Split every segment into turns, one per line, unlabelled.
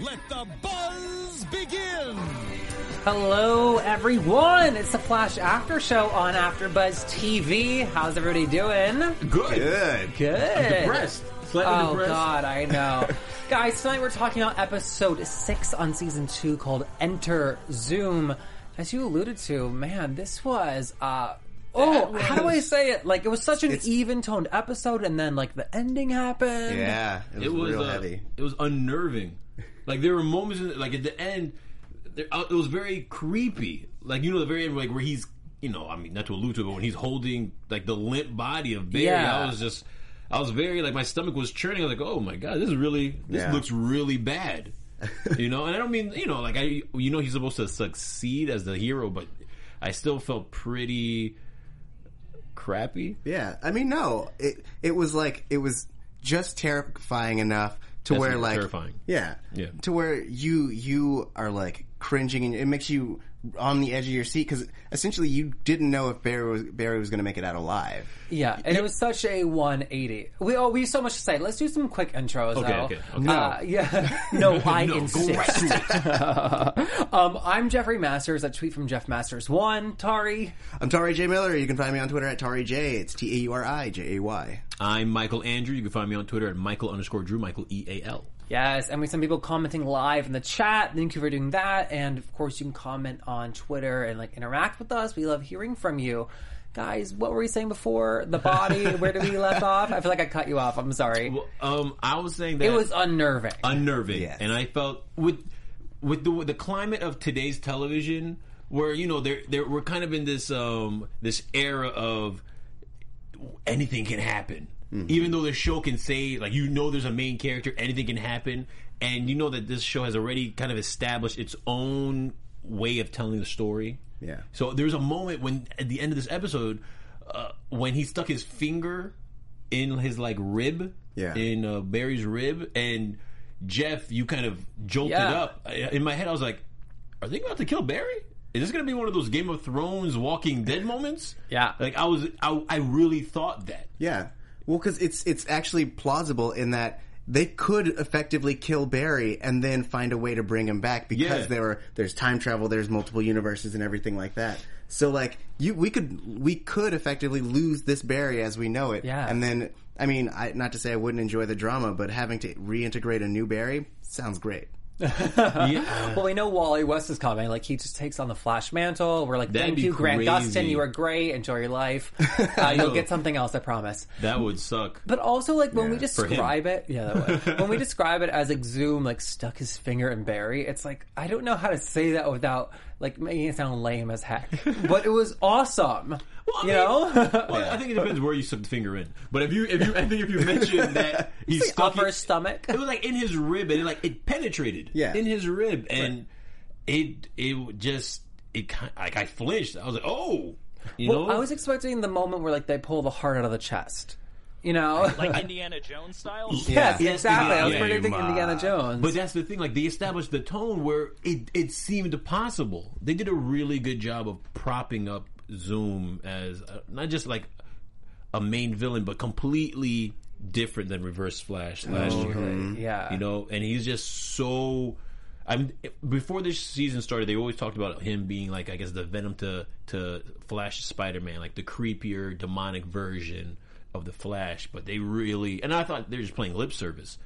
let the buzz begin.
Hello, everyone. It's the Flash After Show on AfterBuzz TV. How's everybody doing?
Good. Good.
Good.
I'm depressed. Slightly
oh
depressed.
God, I know, guys. Tonight we're talking about episode six on season two called "Enter Zoom." As you alluded to, man, this was. uh Oh, how do I say it? Like it was such an even toned episode, and then like the ending happened.
Yeah, it was,
It was
real
uh,
heavy.
It was unnerving. Like there were moments, in, like at the end, there, uh, it was very creepy. Like you know, the very end, like where he's, you know, I mean, not to allude to, it, but when he's holding like the limp body of Barry,
Yeah.
I was just, I was very like my stomach was churning. I was like, oh my god, this is really, this
Yeah.
looks really bad. you know, and I don't mean you know, like I, you know, he's supposed to succeed as the hero, but I still felt pretty crappy.
Yeah, I mean, no, it it was like it was just terrifying enough to
That's
where
not
like
terrifying.
Yeah,
Yeah.
to where you you are like cringing and it makes you on the edge of your seat because essentially you didn't know if Barry was Barry was going to make it out alive.
Yeah, and it was such a 180. We oh, we have so much to say. Let's do some quick intros.
Okay,
though.
okay, okay.
Uh, yeah, no, I
No, go right
insist. um, I'm Jeffrey Masters. A tweet from Jeff Masters one. Tari,
I'm Tari J Miller. You can find me on Twitter at Tari J. It's T A U R I J A Y.
I'm Michael Andrew. You can find me on Twitter at Michael underscore Drew Michael E A L.
yes, and we have some people commenting live in the chat. Thank you for doing that, and of course you can comment on Twitter and like interact with us. We love hearing from you. Guys, what were we saying before? The body, where did we left off? I feel like I cut you off. I'm sorry.
Well, um, I was saying that
it was unnerving.
unnerving,
Yes.
and I felt with with the, with the climate of today's television, where you know there there we're kind of in this um this era of anything can happen. Even though the show can say like you know there's a main character, anything can happen, and you know that this show has already kind of established its own way of telling the story.
Yeah.
So there's a moment when at the end of this episode, uh, when he stuck his finger in his like rib,
Yeah.
in uh, Barry's rib, and Jeff, you kind of jolted
Yeah.
up. I- In my head, I was like, "Are they about to kill Barry? Is this going to be one of those Game of Thrones, Walking Dead moments?"
Yeah.
Like I was, I, I really thought that.
Yeah. Well, because it's it's actually plausible in that they could effectively kill Barry and then find a way to bring him back because
Yeah.
there were there's time travel, there's multiple universes and everything like that. So like you, we could we could effectively lose this Barry as we know it.
Yeah.
And then I mean, I, not to say I wouldn't enjoy the drama, but having to reintegrate a new Barry sounds great.
Yeah.
Well, we know Wally West is coming. Like he just takes on the Flash mantle. We're like,
That'd
thank
be
you, Grant
crazy.
Gustin. You are great. Enjoy your life. Uh, you'll
know.
get something else, I promise.
that would suck.
But also, like when we
him.
describe it, yeah, that way. when we describe it as like Zoom, like stuck his finger in Barry. It's like I don't know how to say that without like making it sound lame as heck. But it was awesome.
Well, I
you
mean-
know,
Well, I think it depends where you stuck the finger in. But if you, if you, I think if you mentioned that he
It's the
stuck
upper
it-
stomach.
it was like in his rib, and it, like it penetrated,
Yeah.
in his rib, and it, it just, it kind, like I flinched. I was like, oh, you
Well,
know,
I was expecting the moment where like they pull the heart out of the chest. You know,
like Indiana Jones style.
yes,
Yeah.
exactly. I was
Yeah,
predicting Indiana Jones.
But that's the thing. Like they established the tone where it it seemed possible. They did a really good job of propping up Zoom as uh not just like a main villain, but completely different than Reverse Flash last year.
yeah,
You know, and he's just so. I'm before this season started, they always talked about him being like, I guess, the Venom to to Flash Spider Man, like the creepier, demonic version of the Flash. But they really, and I thought they were just playing lip service.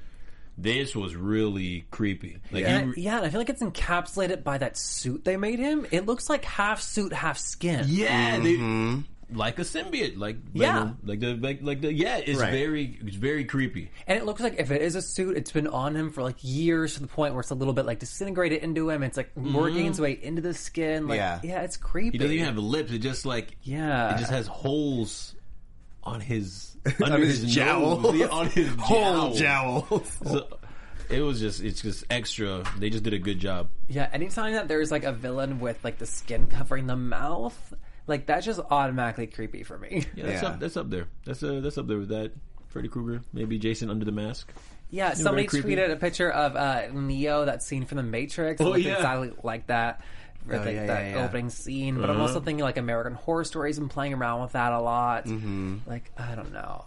This was really creepy.
And
Like he
I-
re-
yeah, and I feel like it's encapsulated by that suit they made him. It looks like half suit, half skin.
Yeah, they- Mm-hmm. like a symbiote, like
Yeah.
Venom, like the like, like the yeah, it's
Right.
very it's very creepy.
And it looks like if it is a suit, it's been on him for like years to the point where it's a little bit like disintegrated into him. It's like
Mm-hmm.
working its way into the skin. Like, yeah,
Yeah.
it's creepy.
He doesn't even have lips. It just like
Yeah.
it just has holes on his under
On his jowl.
nose. Yeah, on his
Whole
jowl.
jowl.
So, it was just it's just extra. They just did a good job.
yeah, anytime that there's like a villain with like the skin covering the mouth, like that's just automatically creepy for me.
Yeah, that's
Yeah.
up. That's up there. That's uh, that's up there with that. Freddy Krueger, maybe Jason under the mask.
Yeah, somebody
very creepy.
tweeted a picture of uh, Neo, that scene from The Matrix. it
Oh,
looked
yeah.
exactly like that. With like
Oh, yeah,
that
yeah, Mm-hmm. yeah.
opening scene, but I'm also thinking like American Horror Stories and playing around with that a lot.
Mm-hmm.
Like I don't know.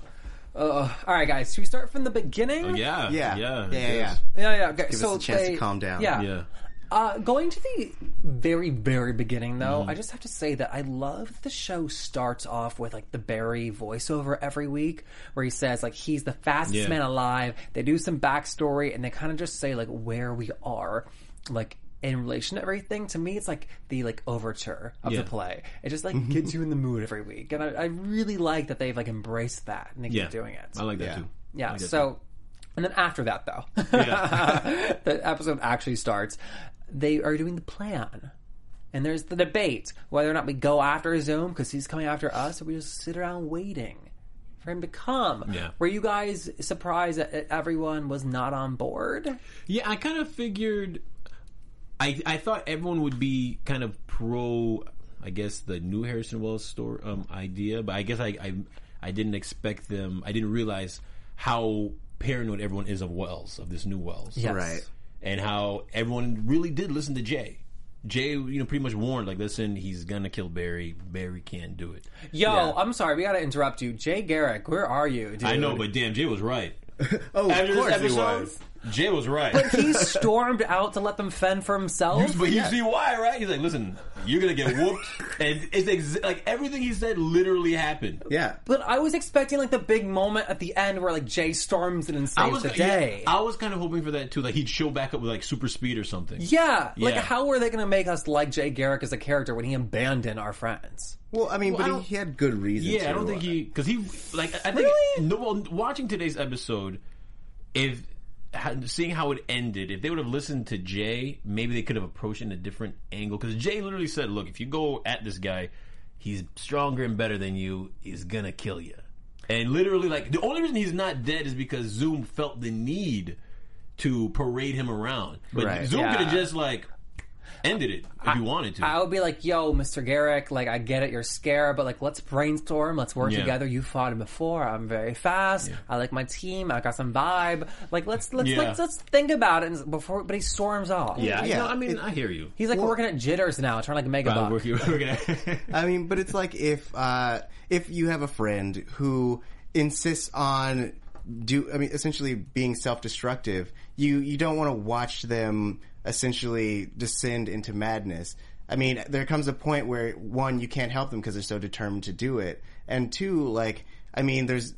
Ugh. all right, guys, should we start from the beginning?
Yeah,
Oh,
yeah,
Yeah. Yeah, yeah, yeah.
yeah, yeah. Okay.
Give us
so
a chance to
they-
calm down.
Yeah,
Yeah.
Uh, going to the very, very beginning
Mm.
though, I just have to say that I love that the show starts off with like the Barry voiceover every week, where he says like he's the fastest
Yeah.
man alive. They do some backstory and they kind of just say like where we are, like. In relation to everything, to me, it's like the like overture of
Yeah.
the play. It just like gets you in the mood every week, and I, I really like that they've like embraced that and they
Yeah.
keep doing it.
I like that
Yeah.
too.
Yeah.
I get
So, and then after that, though,
Yeah.
the episode actually starts. They are doing the plan, and there's the debate whether or not we go after Zoom because he's coming after us, or we just sit around waiting for him to come.
Yeah.
Were you guys surprised that e-, everyone was not on board?
Yeah, I kind of figured. I I thought everyone would be kind of pro, I guess the new Harrison Wells store um, idea, but I guess I, I I didn't expect them. I didn't realize how paranoid everyone is of Wells of this new Wells,
Yes.
Right.
and how everyone really did listen to Jay. Jay, you know, pretty much warned like, listen, he's gonna kill Barry. Barry can't do it.
Yo, I'm sorry, we got to interrupt you. Jay Garrick, where are you? Dude?
I know, but damn, Jay was right.
Oh, of
After this
course he
episode,
was.
Jay was right.
he stormed out to let them fend for himself.
But you see why, right? He's like, listen, you're gonna get whooped, and it's ex- like everything he said literally happened.
Yeah.
But I was expecting like the big moment at the end where like Jay storms in and
I
saves
was
the
yeah,
day.
I was kind of hoping for that too. Like he'd show back up with like super speed or something.
yeah, like
Yeah.
how are they going to make us like Jay Garrick as a character when he abandoned our friends?
Well, I mean,
Well, I
but
don't-
he, he had good reasons.
Yeah, I don't
to,
think
uh,
he because he like I I think
Really?
no. Well, watching today's episode, if ha- seeing how it ended, if they would have listened to Jay, maybe they could have approached it in a different angle. Because Jay literally said, "Look, if you go at this guy, he's stronger and better than you. He's gonna kill you." And literally, like the only reason he's not dead is because Zoom felt the need to parade him around. But
Right.
Zoom could
Yeah.
have just like ended it if he wanted to.
I would be like, yo, Mr. Garrick, like I get it, you're scared, but like let's brainstorm, let's work
Yeah.
together. You fought him before. I'm very fast. I like my team. I got some vibe. Like let's let's
Yeah.
let's, let's think about it and- before. But he storms off.
yeah,
Yeah.
No, I mean, I hear you.
he's like working at Jitters now, trying to like make a
Uh,
buck.
we're, we're gonna.
I mean, but it's like if uh, if you have a friend who insists on do I mean essentially being self destructive, you you don't want to watch them essentially descend into madness. I mean, there comes a point where one you can't help them because they're so determined to do it, and two, like I mean, there's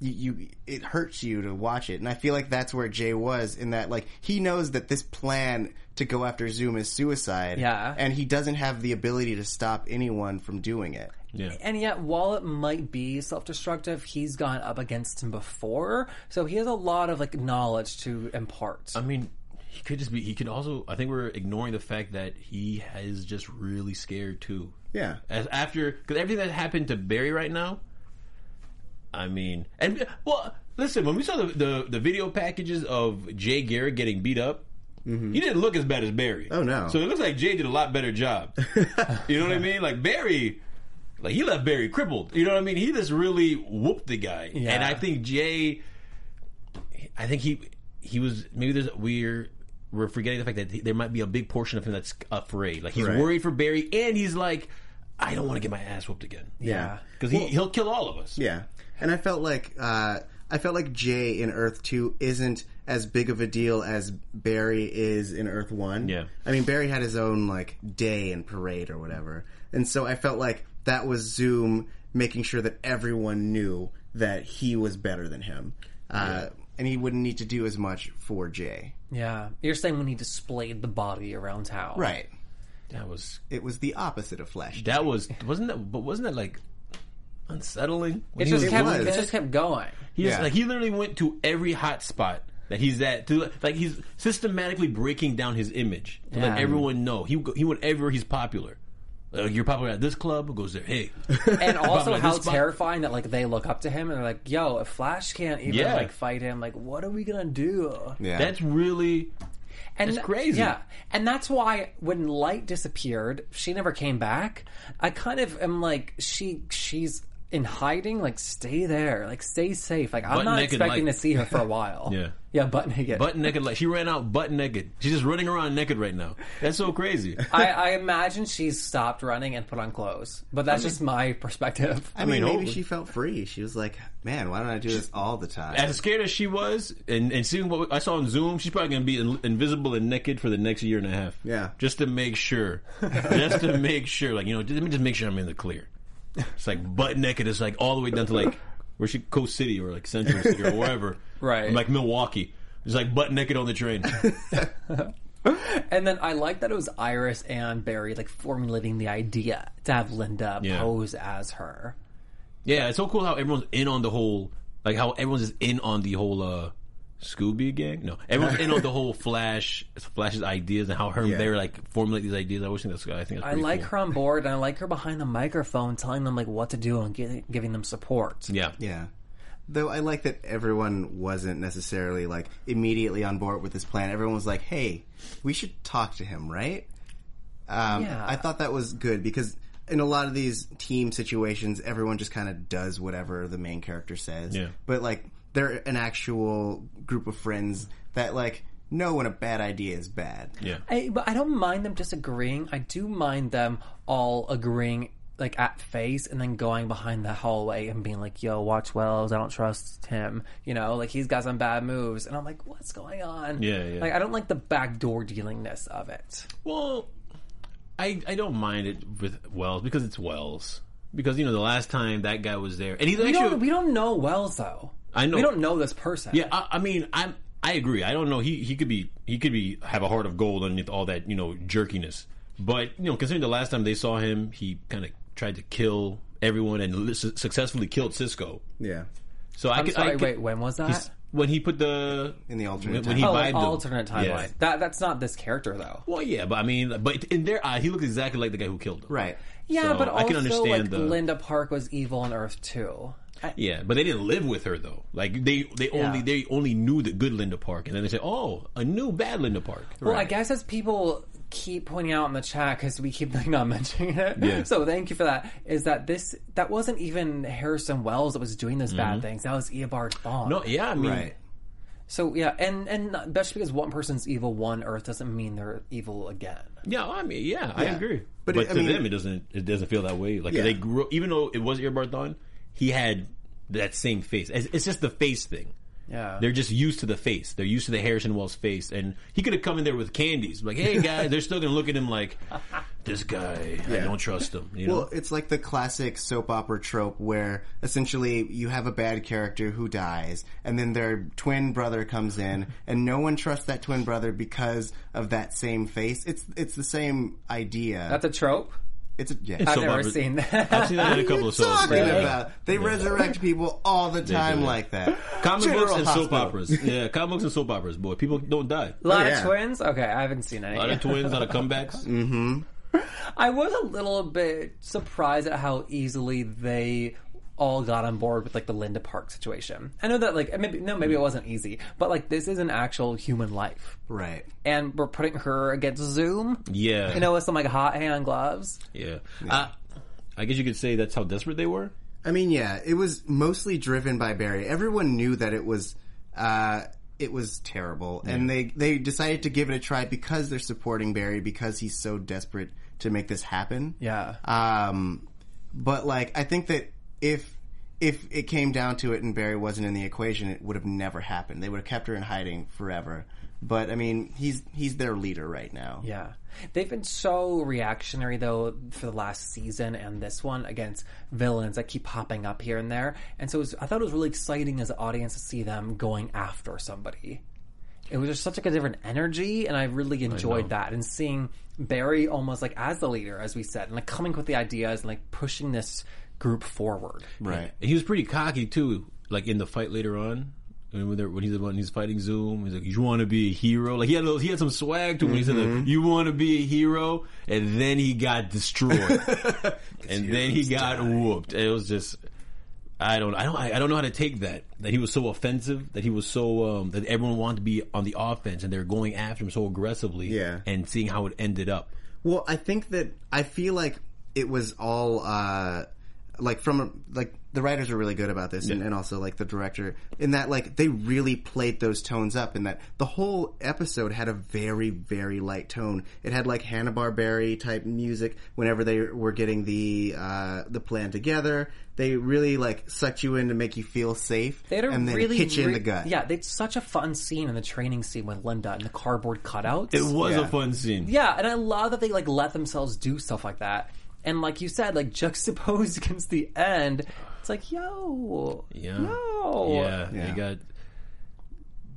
you, you it hurts you to watch it and i feel like that's where jay was in that like he knows that this plan to go after zoom is suicide
Yeah.
and he doesn't have the ability to stop anyone from doing it
yeah.
And yet, while it might be self-destructive, he's gone up against him before, so he has a lot of like knowledge to impart.
I mean, he could just be. He could also. I think we're ignoring the fact that he is just really scared too.
Yeah.
As after because everything that happened to Barry right now. I mean, and well, listen. When we saw the the, the video packages of Jay Garrett getting beat up. He didn't look as bad as Barry.
Mm-hmm. Oh, no.
So it looks like Jay did a lot better job. you know what I mean? Like Barry, like he left Barry crippled. You know what I mean? He just really whooped the guy. And I think Jay, I think he he was maybe there's we're we're forgetting the fact that there might be a big portion of him that's afraid. Like he's
Right.
worried for Barry, and he's like, I don't want to get my ass whooped again.
yeah.
because he he'll kill all of us.
yeah and i felt like uh i felt like jay in earth 2 isn't as big of a deal as Barry is in Earth One.
Yeah.
I mean Barry had his own like day and parade or whatever, and so I felt like that was Zoom making sure that everyone knew that he was better than him, uh, and he wouldn't need to do as much for Jay.
Yeah, you're saying when he displayed the body around town,
Right.
That was
It was the opposite of Flash.
that was wasn't that but wasn't that like unsettling? When
It
he
just
was
kept
doing
was.
it just kept going.
He just,
Yeah.
like he literally went to every hot spot that he's at to like he's systematically breaking down his image to let
Yeah.
everyone know he go- he whenever he's popular. Like, you're popular at this club, who goes there? Hey,
And also
Like
how
this spot-
terrifying that like they look up to him and they're like, "Yo, if Flash can't even
Yeah.
like fight him, like what are we gonna do?"
Yeah.
that's really
And
It's crazy.
Yeah. And that's why when Light disappeared, she never came back. I kind of am like, she she's in hiding, like stay there. Like stay safe. Like I'm
Butt
not
naked
expecting
Light.
to see her for a while.
Yeah.
Yeah, butt naked.
butt naked. Like she ran out butt naked. She's just running around naked right now. That's so crazy.
I, I imagine she's stopped running and put on clothes. But that's just my perspective.
I mean,
mean,
maybe
oh.
she felt free. She was like, "Man, why don't I do this all the time?"
as scared as she was, and, and seeing what I saw on Zoom, she's probably gonna be in, invisible and naked for the next year and a half.
Yeah.
just to make sure, just to make sure, like you know, let me just make sure I'm in the clear. It's like butt naked. It's like all the way down to like where she Coast City or like Central City or wherever,
Right.
Like Milwaukee. It's like butt naked on the train.
And then I like that it was Iris and Barry like formulating the idea to have Linda
Yeah.
pose as her.
yeah, it's so cool how everyone's in on the whole, like how everyone's just in on the whole. uh Scooby gang? No, everyone's in on the whole Flash, Flash's ideas and how her and
Yeah.
Barry like formulate these ideas. I always think that's, I think that's
I
pretty
like
cool.
her on board, and I like her behind the microphone telling them like what to do and gi- giving them support.
Yeah,
Yeah. Though I like that everyone wasn't necessarily like immediately on board with this plan. Everyone was like, "Hey, we should talk to him, right?" Um,
Yeah.
I thought that was good because in a lot of these team situations, everyone just kind of does whatever the main character says.
Yeah.
But like, they're an actual group of friends that like know when a bad idea is bad.
yeah.
I, but I don't mind them disagreeing. I do mind them all agreeing like at face and then going behind the hallway and being like, "Yo, watch Wells. I don't trust him. You know, like he's got some bad moves." And I'm like, "What's going on?"
Yeah, yeah.
Like I don't like the backdoor dealingness of it.
Well, I I don't mind it with Wells because it's Wells. Because you know the last time that guy was there, and he's
We
actually
don't, we don't know Wells though.
I know.
we don't know this person.
yeah. I, I mean, I'm I agree. I don't know. He he could be he could be have a heart of gold underneath all that you know jerkiness. But you know, considering the last time they saw him, he kind of tried to kill everyone and li- su- successfully killed Cisco.
Yeah.
So I
I'm
could,
sorry.
I could-
wait, when was that?
he's- when he put the
In the alternate
when, when he
timeline.
Oh,
vibed
an
him.
alternate timeline.
Yeah.
That that's not this character though.
Well, yeah, but I mean, but in their eye, he looks exactly like the guy who killed him.
Right.
Yeah,
So
but
I
also
can understand
like
the-
Linda Park was evil on Earth too.
Yeah, but they didn't live with her though. Like they they only they only knew the good Linda Park, and then they said, "Oh, a new bad Linda Park."
Well, I guess as people keep pointing out in the chat because we keep like not mentioning it.
Yeah.
So thank you for that. Is that this that wasn't even Harrison Wells that was doing those bad things? That was Eobard Thawne.
Mm-hmm. No, yeah, I mean,
Right.
So yeah, and and just because one person's evil one Earth doesn't mean they're evil again.
yeah, I mean, yeah, I
Yeah.
agree.
But
But,
it- I
to
mean-
them, it doesn't it doesn't feel that way. Like
Yeah.
they grew, even though it was Earbart Thawne, he had that same face. It's, it's just the face thing.
Yeah.
They're just used to the face. They're used to the Harrison Wells face, and he could have come in there with candies, like, "Hey guys," they're still gonna look at him like, "This guy, I don't trust him." You know?
Well, it's like the classic soap opera trope where essentially you have a bad character who dies, and then their twin brother comes in, and no one trusts that twin brother because of that same face. It's it's the same idea.
That's a trope.
it's a, yeah.
I've
So
never
Barbara-
seen that.
I've seen that in a couple of shows.
Talking
yeah.
about they resurrect people all the time
do.
like that.
Comic
General
books and soap
Hospital.
operas. Yeah, comic books and soap operas, boy. People don't die.
A lot
yeah.
of twins. Okay, I haven't seen any.
A lot of twins, a lot of comebacks.
Mm-hmm.
I was a little bit surprised at how easily they all got on board with like the Linda Park situation. I know that like and maybe no, maybe it wasn't easy, but like this is an actual human life,
Right.
and we're putting her against Zoom.
Yeah.
you know, with some like hot hand gloves.
Yeah. Uh, I guess you could say that's how desperate they were.
I mean, yeah, it was mostly driven by Barry. Everyone knew that it was uh, it was terrible, and they they decided to give it a try because they're supporting Barry because he's so desperate to make this happen.
Yeah,
Um, but like, I think that if if it came down to it and Barry wasn't in the equation, it would have never happened. They would have kept her in hiding forever. But I mean, he's he's their leader right now.
Yeah. They've been so reactionary though for the last season and this one against villains that keep popping up here and there. And so it was, I thought it was really exciting as an audience to see them going after somebody. It was just such like a different energy and I really enjoyed that and seeing Barry almost like as the leader as we said and like coming up with the ideas and like pushing this group forward.
Right.
And he was pretty cocky too, like in the fight later on. I mean, when, they're- when he's when he's fighting Zoom, he's like, "You want to be a hero?" Like he had a little, he had some swag to him. He said, like, "You want to be a hero?" And then he got destroyed, and then he got whooped. And it was just, I don't, I don't, I don't know how to take that. That he was so offensive, that he was so um, that everyone wanted to be on the offense, and they're going after him so aggressively,
Yeah.
and seeing how it ended up.
Well, I think that I feel like it was all uh, like from like the writers were really good about this, and, and also like the director in that like they really played those tones up, and that the whole episode had a very very light tone. It had like Hanna Barbera type music whenever they were getting the uh, the plan together. They really like sucked you in to make you feel safe,
They had a
and then
really
hit you in
re-
the gut.
Yeah, they had such a fun scene in the training scene with Linda and the cardboard cutouts.
It was
Yeah.
a fun scene.
Yeah, and I love that they like let themselves do stuff like that. And like you said, like juxtaposed against the end, it's like, yo,
Yeah.
yo.
Yeah,
Yeah.
it got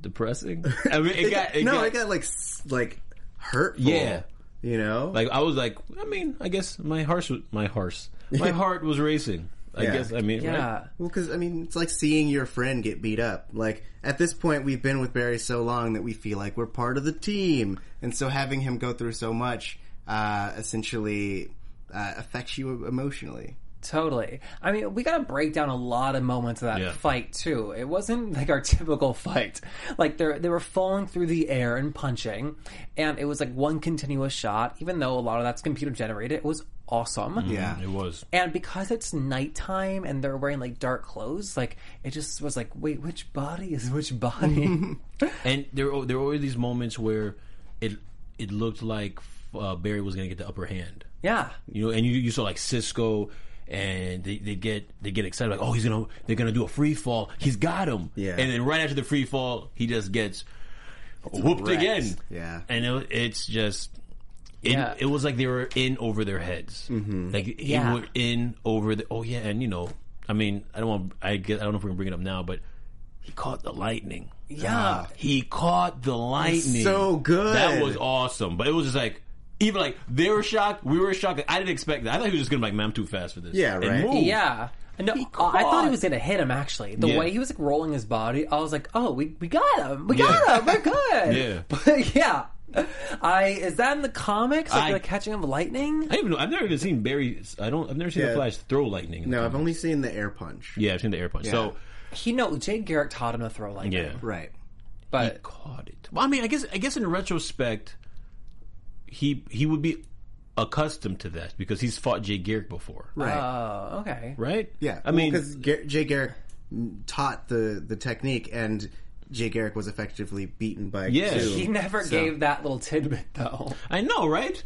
depressing. I mean, it, got, it
no,
got,
it got like s- like hurtful.
Yeah.
you know,
like I was like, I mean, I guess my heart was my hearse, my heart was racing. I
Yeah.
guess I mean,
Yeah.
right?
Well, because I mean, it's like seeing your friend get beat up. Like at this point, we've been with Barry so long that we feel like we're part of the team, and so having him go through so much uh, essentially uh, affects you emotionally.
Totally. I mean, we got to break down a lot of moments of that
Yeah.
fight too. It wasn't like our typical fight. Like they are they were falling through the air and punching, and it was like one continuous shot. Even though a lot of that's computer generated, it was awesome.
Yeah,
It was.
And because it's nighttime and they're wearing like dark clothes, like it just was like, wait, which body is which body?
And there, were- there were always these moments where it it looked like uh, Barry was going to get the upper hand.
yeah.
You know, and you, you saw like Cisco, and they, they get they get excited like, oh, he's gonna they're gonna do a free fall. He's got him.
Yeah.
And then right after the free fall, he just gets whooped
wrecked.
again.
Yeah.
And it, it's just. It,
Yeah.
it was like they were in over their heads. Mm-hmm. Like they
Yeah.
were in over the. Oh yeah, and you know, I mean, I don't want. I guess I don't know if we can bring it up now, but he caught the lightning.
Yeah.
He caught the lightning.
Ah. so good.
That was awesome. But it was just like even like they were shocked, we were shocked. I didn't expect that. I thought he was just gonna be like, man, I'm too fast for this.
Yeah,
And
right.
move.
Yeah. No, I I thought he was going to hit him actually. The
Yeah.
way he was like rolling his body, I was like, oh, we, we got him. We got him. We're good.
Yeah.
But yeah. I is that in the comics? Like
I-
the catching of lightning?
I even know I've never even seen Barry I don't I've never seen
Yeah.
the Flash throw lightning. in the
No, I've
comic.
only seen the air punch.
Yeah, I've seen the air punch. So
He no Jade Garrick taught him to throw lightning.
yeah.
Right.
He
But
caught it. Well, I mean I guess I guess in retrospect he he would be accustomed to that because he's fought Jay Garrick before.
Right.
oh, okay.
Right?
yeah.
I mean
because Gar- Jay Garrick mm, taught the the technique, and Jay Garrick was effectively beaten by
Yeah.
Zoom.
He never gave that little tidbit though.
I know, right?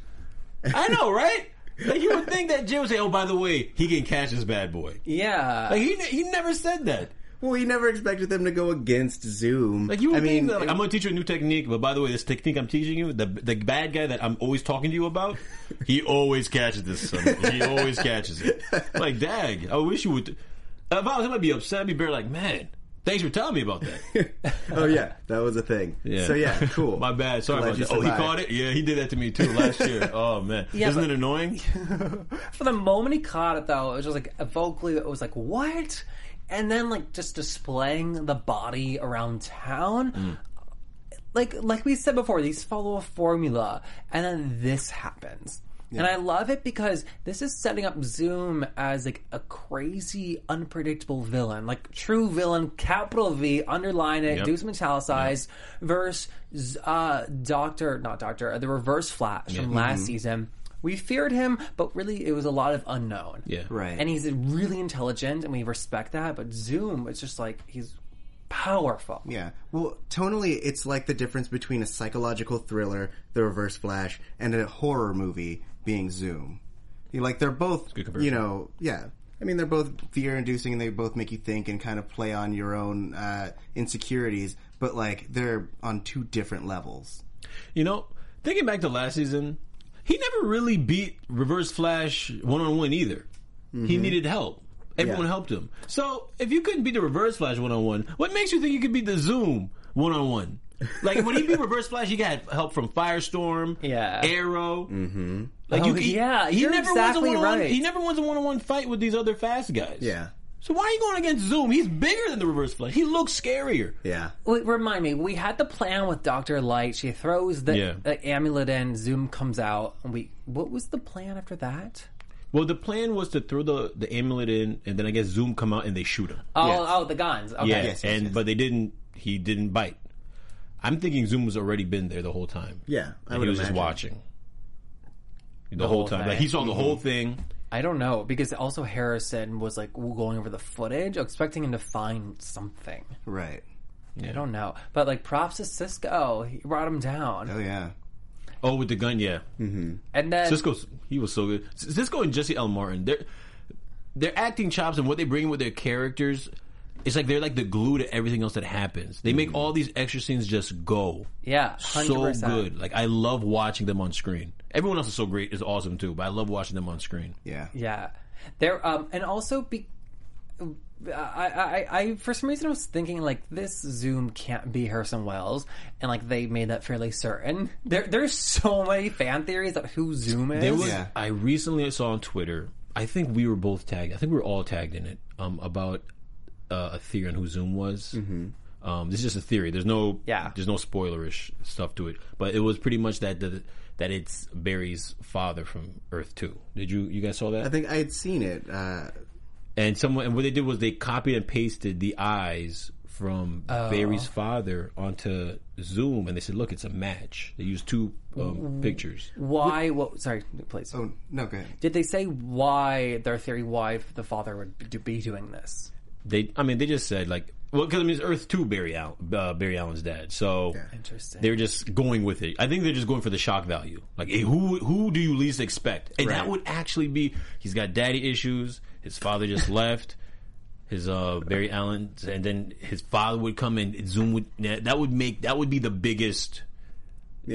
I know, right? Like you would think that Jay would say, "Oh, by the way, he can catch this bad boy."
Yeah.
Like he he never said that.
Well, he never expected them to go against Zoom.
Like you would
I mean,
think that, like, I'm going to teach you a new technique, but by the way, this technique I'm teaching you, the the bad guy that I'm always talking to you about, he always catches this. Son. He always catches it. Like, dag, I wish you would. If I was him, I'd be upset. I'd be very like, man, thanks for telling me about that.
oh yeah, that was a thing. So yeah, cool.
My bad. Sorry
Glad
about
you
that. Oh, he
survived.
caught it. Yeah, he did that to me too last year. Oh man, isn't
but-
it annoying?
For the moment he caught it, though, it was just like vocally, it was like what, and then like just displaying the body around town. Like like we said before, these follow a formula, and then this happens. And I love it because this is setting up Zoom as like a crazy, unpredictable villain, like true villain, capital V, underline it,
Yep.
do some italicized, verse uh, Doctor, not Doctor, uh, the Reverse Flash
Mm-hmm.
from last season. We feared him, but really it was a lot of unknown.
Yeah,
Right.
And he's really intelligent, and we respect that. But Zoom, it's just like he's powerful.
Yeah. Well, tonally, it's like the difference between a psychological thriller, The Reverse Flash, and a horror movie being Zoom. You like they're both,
good comparison.
you know, yeah. I mean, they're both fear-inducing and they both make you think and kind of play on your own uh, insecurities, but like they're on two different levels.
You know, thinking back to last season, he never really beat Reverse Flash one on one either. He needed help. Everyone
Yeah.
helped him. So if you couldn't beat the Reverse Flash one on one, what makes you think you could beat the Zoom one on one? Like when he beat Reverse Flash, he got help from Firestorm,
Yeah.
Arrow. Mm-hmm. Like
Oh,
you, he,
yeah,
he
you're
never
exactly
wins a one-on-one.
right.
He never wins a one on one fight with these other fast guys. So why are you going against Zoom? He's bigger than the Reverse Flash. He looks scarier.
yeah.
Wait, remind me, we had the plan with Doctor Light. She throws the,
Yeah.
the amulet in, Zoom comes out, and we. What was the plan after that?
Well, the plan was to throw the the amulet in, and then I guess Zoom come out and they shoot him.
Oh,
Yes.
oh, the guns. Okay.
Yeah,
Ah, Yes, yes,
and
yes.
but they didn't. He didn't bite. I'm thinking Zoom was already been there the whole time.
Yeah, I
and
would
he was
imagine.
just watching the, whole
whole
time.
thing.
Like he saw the
Mm-hmm.
whole thing.
I don't know because also Harrison was like going over the footage, expecting him to find something.
Right.
I don't know, but like props to Cisco, he brought him down,
Oh yeah.
Oh, with the gun, yeah.
Mm-hmm.
and then
Cisco, he was so good. C- Cisco and Jesse L. Martin, they're their acting chops and what they bring with their characters. It's like they're like the glue to everything else that happens. They
Mm-hmm.
make all these extra scenes just go.
yeah, 100%.
so good. Like I love watching them on screen. Everyone else is so great, is awesome too. But I love watching them on screen.
Yeah.
Yeah, there. Um, and also, be, I, I, I, I- for some reason, I was thinking like this Zoom can't be Harrison Wells, and like they made that fairly certain. There, there's so many fan theories of who Zoom is.
There was
Yeah.
I recently saw on Twitter. I think we were both tagged. I think we were all tagged in it um, about uh, a theory on who Zoom was.
Mm-hmm.
Um, this is just a theory. There's no
Yeah.
There's no spoilerish stuff to it, but it was pretty much that the, that it's Barry's father from Earth Two. Did you you guys saw that?
I think I had seen it. Uh,
and someone and what they did was they copied and pasted the eyes from Barry's father onto Zoom, and they said, "Look, it's a match." They used two um, pictures.
why? What? Sorry, please.
oh no, go ahead.
Did they say why their theory why the father would do- be doing this?
They, I mean, they just said like, well, because I mean, it's Earth Two, Barry Allen, uh, Barry Allen's dad. So
Interesting.
they're just going with it. I think they're just going for the shock value. Like, eh, who who do you least expect? And that
Right.
would actually be he's got daddy issues. His father just left. His uh, Barry Allen, and then his father would come and Zoom would that would make that would be the biggest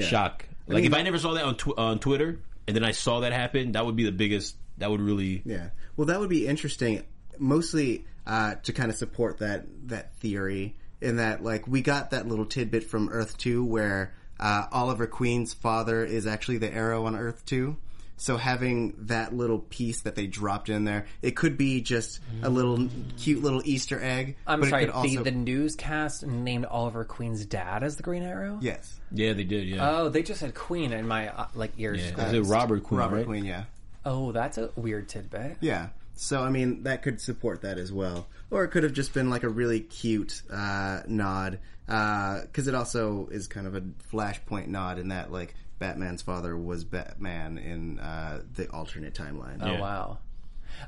shock. Like
mean-
if I never saw that on tw- on Twitter, and then I saw that happen, that would be the biggest. That would really
Yeah. Well, that would be interesting, mostly uh, to kind of support that that theory. In that, like, we got that little tidbit from Earth Two, where uh, Oliver Queen's father is actually the Arrow on Earth Two. So having that little piece that they dropped in there, it could be just a little cute little Easter egg.
I'm
but it
sorry.
could also,
the, the newscast named Oliver Queen's dad as the Green Arrow.
yes,
yeah they did yeah.
Oh, they just said Queen in my uh, like ears.
yeah. Is it Robert Queen?
Robert
right?
Queen, yeah.
Oh, that's a weird tidbit.
Yeah. So I mean, that could support that as well, or it could have just been like a really cute uh, nod, because it also is kind of a flashpoint nod in that like Batman's father was Batman in uh, the alternate timeline.
Oh wow.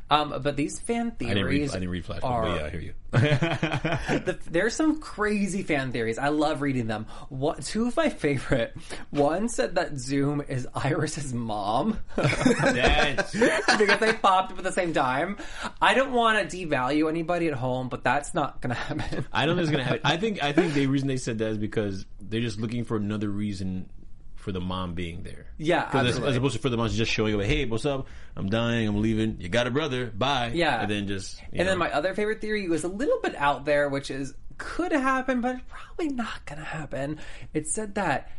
Um, but these fan theories
I didn't read. I didn't read Flashpoint.
are
But yeah, I hear you.
the, there's some crazy fan theories. I love reading them. What two of my favorite? One said that Zoom is Iris's mom
That's
because they popped up at the same time. I don't want to devalue anybody at home, but that's not going to happen.
I don't think it's gonna happen. I think I think the reason they said that is because they're just looking for another reason for the mom being there.
Yeah,
'Cause as,
absolutely.
as opposed to for the mom just showing up, hey, what's up? I'm dying. I'm leaving. You got a brother. Bye.
Yeah.
and then just you
And then
know.
my other favorite theory was a little bit out there, which is could happen, but probably not going to happen. It said that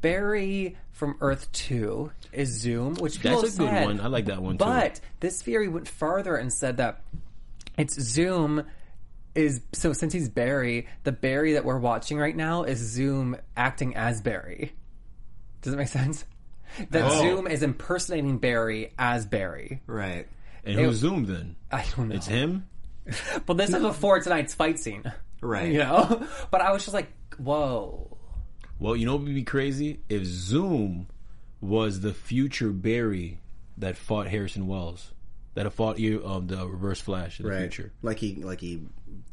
Barry from Earth Two is Zoom, which people
That's a good
said,
one. I like that one, too.
But this theory went farther and said that it's Zoom. Is so since he's Barry, the Barry that we're watching right now is Zoom acting as Barry. Does it make sense? That
Oh.
Zoom is impersonating Barry as Barry.
Right.
and who zoomed then?
I don't know.
It's him.
But this is before tonight's fight scene.
Right.
you know. But I was just like, whoa.
Well, you know what would be crazy if Zoom was the future Barry that fought Harrison Wells, that fought you um, the Reverse Flash in the
Right.
future.
Like he like he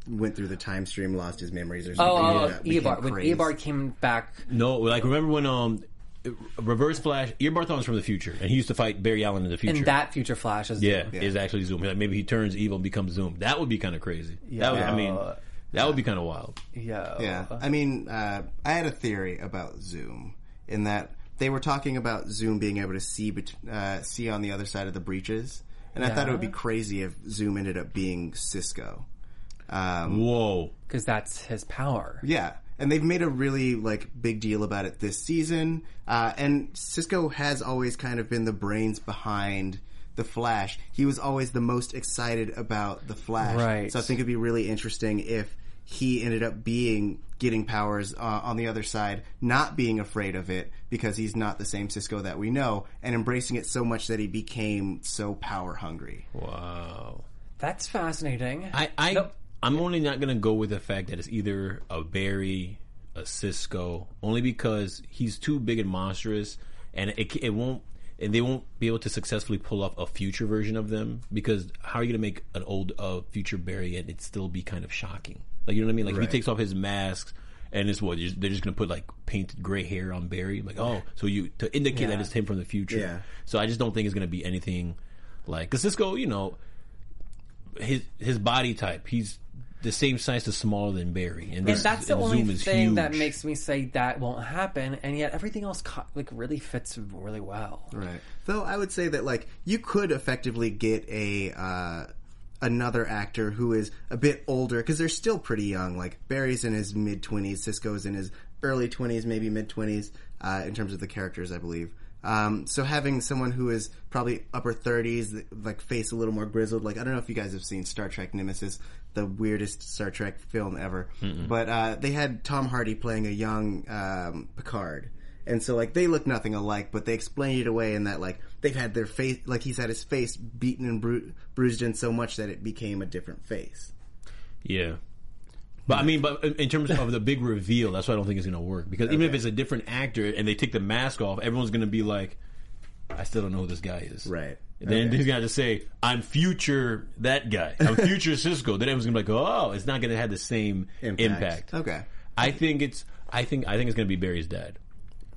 went through the time stream, lost his memories or
Oh,
something.
oh,
and that became
Eobard. When
crazy.
Eobard came back,
No, like remember when um Reverse Flash. Ear Barthon's from the future, and he used to fight Barry Allen in the future.
And that future Flash is
yeah, is actually Zoom. Like maybe he turns evil, and becomes Zoom. That would be kind of crazy. That would, I mean, that would be kind of wild.
Yo.
Yeah. I mean, uh, I had a theory about Zoom in that they were talking about Zoom being able to see bet- uh, see on the other side of the breaches, and I thought it would be crazy if Zoom ended up being Cisco. Um,
Whoa.
because that's his power.
yeah, and they've made a really like big deal about it this season. Uh, and Cisco has always kind of been the brains behind the Flash. He was always the most excited about the Flash.
Right.
So I think it'd be really interesting if he ended up being getting powers uh, on the other side, not being afraid of it because he's not the same Cisco that we know, and embracing it so much that he became so power hungry.
Wow.
That's fascinating.
I, I
Nope.
I'm only not gonna go with the fact that it's either a Barry, a Cisco, only because he's too big and monstrous, and it ca- it won't and they won't be able to successfully pull off a future version of them because how are you gonna make an old uh, future Barry and it still be kind of shocking? Like you know what I mean? Like if he takes off his masks. And it's what you're- they're just gonna put like painted gray hair on Barry, like oh, so you to indicate that it's him from the future.
Yeah.
So I just don't think it's gonna be anything like because Cisco, you know, his his body type. He's the same size to smaller than Barry, and,
and
this,
that's the
and
only
Zoom is
thing
huge.
that makes me say that won't happen, and yet everything else co- like really fits really well.
Right. Though I would say that like you could effectively get a uh, another actor who is a bit older because they're still pretty young. Like Barry's in his mid twenties, Cisco's in his early twenties, maybe mid twenties uh, in terms of the characters, I believe. Um, so having someone who is probably upper thirties, like face a little more grizzled. Like I don't know if you guys have seen Star Trek Nemesis, the weirdest Star Trek film ever, but uh, they had Tom Hardy playing a young um, Picard. And so like they look nothing alike, but they explain it away in that like they've had their face like he's had his face beaten and bru- bruised in so much that it became a different face.
yeah. But I mean, but in in terms of the big reveal, that's why I don't think it's going to work because even if it's a different actor and they take the mask off, everyone's going to be like, "I still don't know who this guy is."
Right.
And then
Okay.
he's going to say, "I'm future that guy. I'm future Cisco." Then everyone's going to be like, "Oh, it's not going to have the same impact."
Okay.
I think it's I think I think it's gonna be Barry's dad.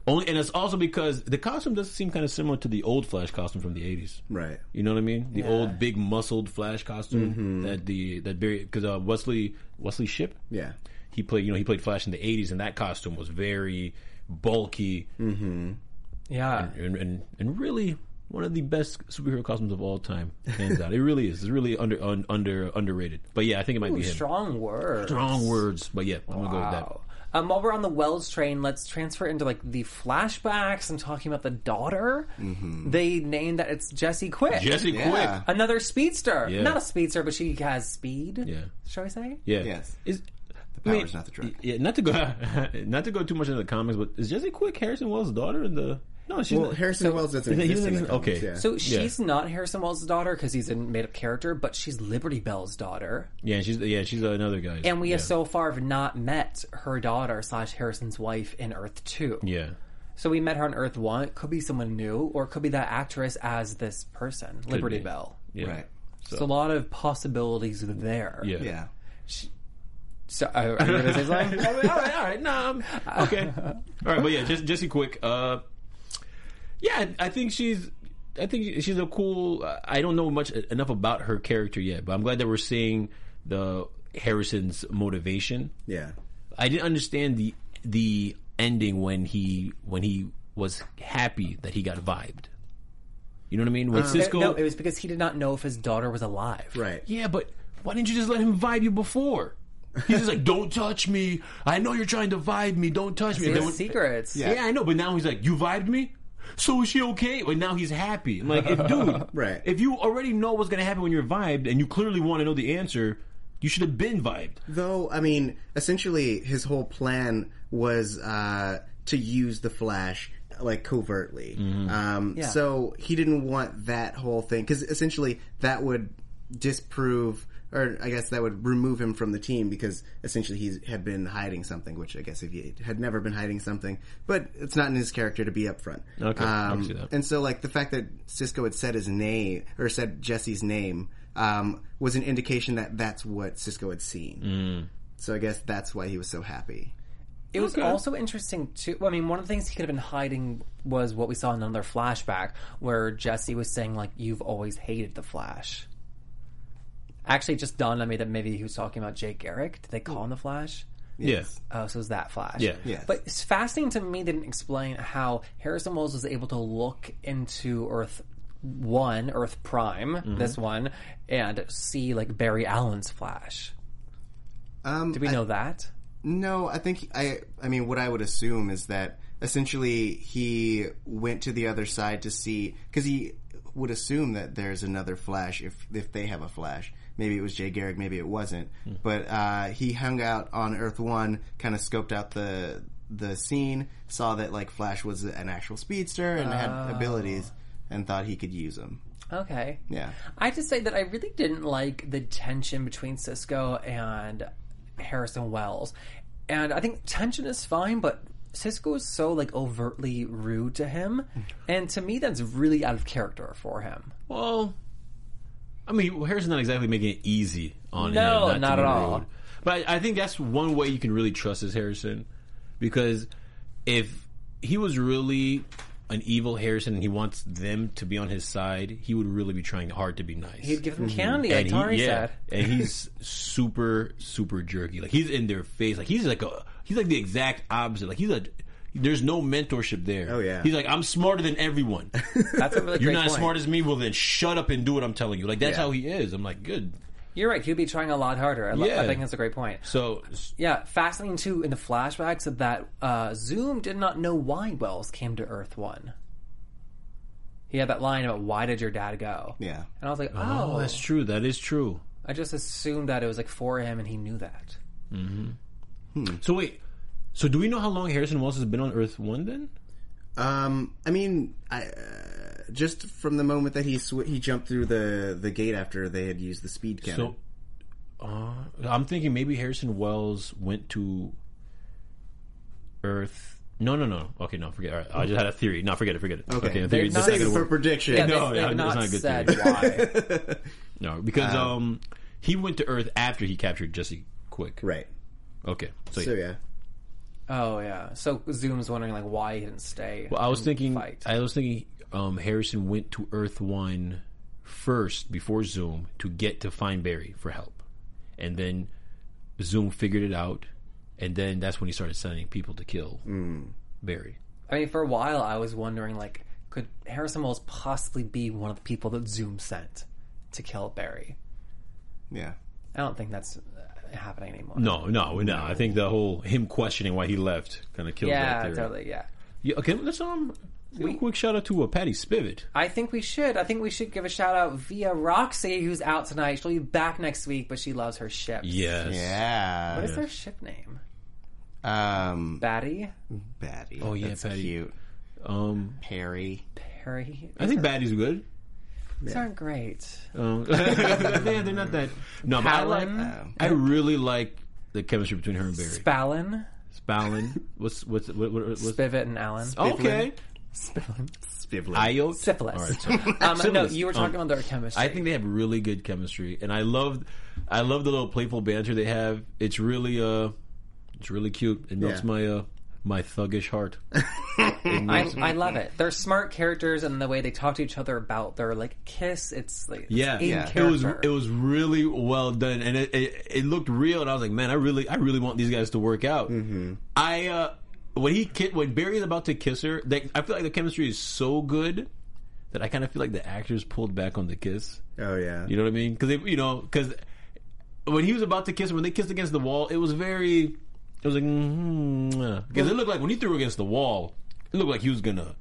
Only and it's also because the costume doesn't seem kind of similar to the old Flash costume from the eighties.
Right.
You know what I mean? The old big muscled Flash costume
Mm-hmm.
that the that Barry because uh, Wesley Wesley Ship
Yeah.
he played you know he played Flash in the eighties and that costume was very bulky
Mm.
Yeah,
and, and and really one of the best superhero costumes of all time hands down. It really is. It's really under un, under underrated. But yeah, I think it might be him.
strong word.
Strong words, but yeah, I'm gonna go with that.
Wow. Um, while we're on the Wells train, let's transfer into like the flashbacks. I'm talking about the daughter.
Mm-hmm.
They named that it's Jessie Quick,
Jesse Quick.
Yeah.
another speedster.
Yeah.
Not a speedster, but she has speed.
Yeah.
shall we say?
Yeah.
Yes.
Is the
power's not the drug.
Yeah, not to go not to go too much into the comics, but is Jesse Quick Harrison Wells' daughter in the No, she's
Well,
not-
Harrison Wells doesn't
Is it- he
exist in
doesn't
the
exist?
comics,
Okay.
yeah.
So
Yeah.
she's not Harrison Wells' daughter because he's a made-up character, but she's Liberty Bell's daughter.
Yeah, she's yeah, she's another guy.
And we
yeah.
have so far have not met her daughter slash Harrison's wife in Earth Two.
Yeah.
So we met her on Earth One. It could be someone new, or it could be that actress as this person, Liberty
be.
Bell.
Yeah.
Right.
So. a lot of possibilities there.
Yeah.
Yeah.
So uh, are you gonna say something?
all right, all right. No, I'm- okay. All right, but yeah, Jesse, Jesse Quick. Uh, yeah, I, I think she's. I think she's a cool. I don't know much enough about her character yet, but I'm glad that we're seeing the Harrison's motivation.
Yeah.
I didn't understand the the ending when he when he was happy that he got vibed. You know what I mean? When Cisco,
no, it was because he did not know if his daughter was alive.
Right.
yeah, but why didn't you just let him vibe you before? He's just like, don't touch me. I know you're trying to vibe me. Don't touch
They
me. And
had
then when-
secrets.
Yeah. I know. But now he's like, you vibed me. So is she okay? But now he's happy. I'm like, if, dude,
Right.
If you already know what's gonna happen when you're vibed, and you clearly want to know the answer, you should have been vibed.
Though, I mean, essentially, his whole plan was uh, to use the Flash like covertly.
Mm-hmm.
Um, So he didn't want that whole thing because essentially that would disprove, or I guess that would remove him from the team because essentially he had been hiding something. Which I guess if he had never been hiding something, but it's not in his character to be upfront.
Okay, I can
Um,
see that.
and so, like the fact that Cisco had said his name or said Jesse's name um, was an
Mm-hmm.
indication that that's what Cisco had seen. So I guess that's why he was so happy.
It was
Okay.
also interesting too. I mean, one of the things he could have been hiding was what we saw in another flashback, where Jesse was saying like, "You've always hated the Flash." Actually, it just dawned on me that maybe he was talking about Jay Garrick. Did they call him the Flash?
Yes.
Oh, so it was that Flash.
Yeah. Yes.
But it's fascinating to me didn't explain how Harrison Wells was able to look into Earth One, Earth Prime,
Mm-hmm.
this one, and see like Barry Allen's Flash.
Um,
Did we know that?
No, I think I. I mean, what I would assume is that essentially he went to the other side to see because he would assume that there's another Flash if if they have a Flash. Maybe it was Jay Garrick, maybe it wasn't. But uh, he hung out on Earth One, kind of scoped out the the scene, saw that like Flash was an actual speedster and had abilities, and thought he could use them.
Okay.
Yeah.
I have to say that I really didn't like the tension between Cisco and Harrison Wells. And I think tension is fine, but Cisco is so like overtly rude to him.
Mm-hmm.
And to me that's really out of character for him.
Well, I mean, Harrison's not exactly making it easy on
No,
him.
not
to
at
be
all.
rude. But I I think that's one way you can really trust is Harrison, because if he was really an evil Harrison and he wants them to be on his side, he would really be trying hard to be nice.
He'd give them candy, like
Mm-hmm. and
Tari
he, yeah,
said.
and he's super super jerky. Like he's in their face. Like he's like a he's like the exact opposite. Like he's a there's no mentorship there.
Oh, yeah.
He's like I'm smarter than everyone.
That's a really
You're
great
not as
point.
smart as me. Well, then shut up and do what I'm telling you. Like that's
Yeah.
how he is. I'm like, good.
You're right. He'd be trying a lot harder. I, lo- I
Yeah.
think that's a great point.
So s-
Yeah, fascinating too in the flashbacks that uh, Zoom did not know why Wells came to Earth One. He had that line about why did your dad go?
Yeah.
and I was like,
oh,
oh,
that's true. That is true.
I just assumed that it was like for him, and he knew that.
So wait. So do we know how long Harrison Wells has been on Earth One? Then
Um, I mean, I uh, just from the moment that he sw- he jumped through the the gate after they had used the speed cannon.
so. Uh, I'm thinking maybe Harrison Wells went to Earth. No, no, no. Okay, no, forget. All right, I just had a theory. No, forget it. Forget it. Okay, a
They're
theory.
not
Just
saving
gonna
it for
work.
prediction.
Yeah,
No,
they,
yeah,
they've
it's
not,
not a good
said
theory.
why.
No, because um, he went to Earth after he captured Jesse Quick.
right.
Okay. So,
So
yeah.
yeah,
oh yeah, so Zoom's wondering like why he didn't stay.
Well, I was
and
thinking.
fight.
I was thinking. Um, Harrison went to Earth One first before Zoom to get to find Barry for help, and then Zoom figured it out, and then that's when he started sending people to kill
Hmm.
Barry.
I mean, for a while, I was wondering like, could Harrison Wells possibly be one of the people that Zoom sent to kill Barry?
yeah.
I don't think that's uh, happening anymore.
No, no, no. I think the whole him questioning why he left kind of killed
Yeah,
that theory.
totally. Yeah.
Yeah, okay, let's um. do a quick shout out to uh, Patty Spivot.
I think we should. I think we should give a shout out via Roxy, who's out tonight. She'll be back next week, but she loves her ship.
Yes.
What
Yeah.
is their ship name?
Um,
Batty?
Batty.
Oh, yeah,
That's
Batty.
Cute.
Um,
Perry.
Perry?
I think Patty's good.
These aren't great.
Um, yeah, they're not that. No, but I like.
Palin?
I really like the chemistry between her and Barry.
Spallin?
Spallin. What's what's what, what, what's
Spivot and Allen?
Oh. okay?
Spallin.
Spivlin.
Io
Syphilis.
All right, sorry.
Um, no,
Syphilis.
you were talking
Um,
about their chemistry.
I think they have really good chemistry, and I love, I love the little playful banter they have. It's really uh, it's really cute. It melts
Yeah.
my uh, my thuggish heart.
I, I love it. They're smart characters, and the way they talk to each other about their like kiss, it's like it's
Yeah,
in
yeah. it
character.
was it was really well done, and it, it it looked real. And I was like, man, I really I really want these guys to work out. Mm-hmm. I uh, when he ki- when Barry is about to kiss her, they, I feel like the chemistry is so good that I kind of feel like the actors pulled back on the kiss.
Oh yeah.
You know what I mean? Because you know because when he was about to kiss her, when they kissed against the wall, it was very it was like because it looked like when he threw her against the wall, it looked like he was gonna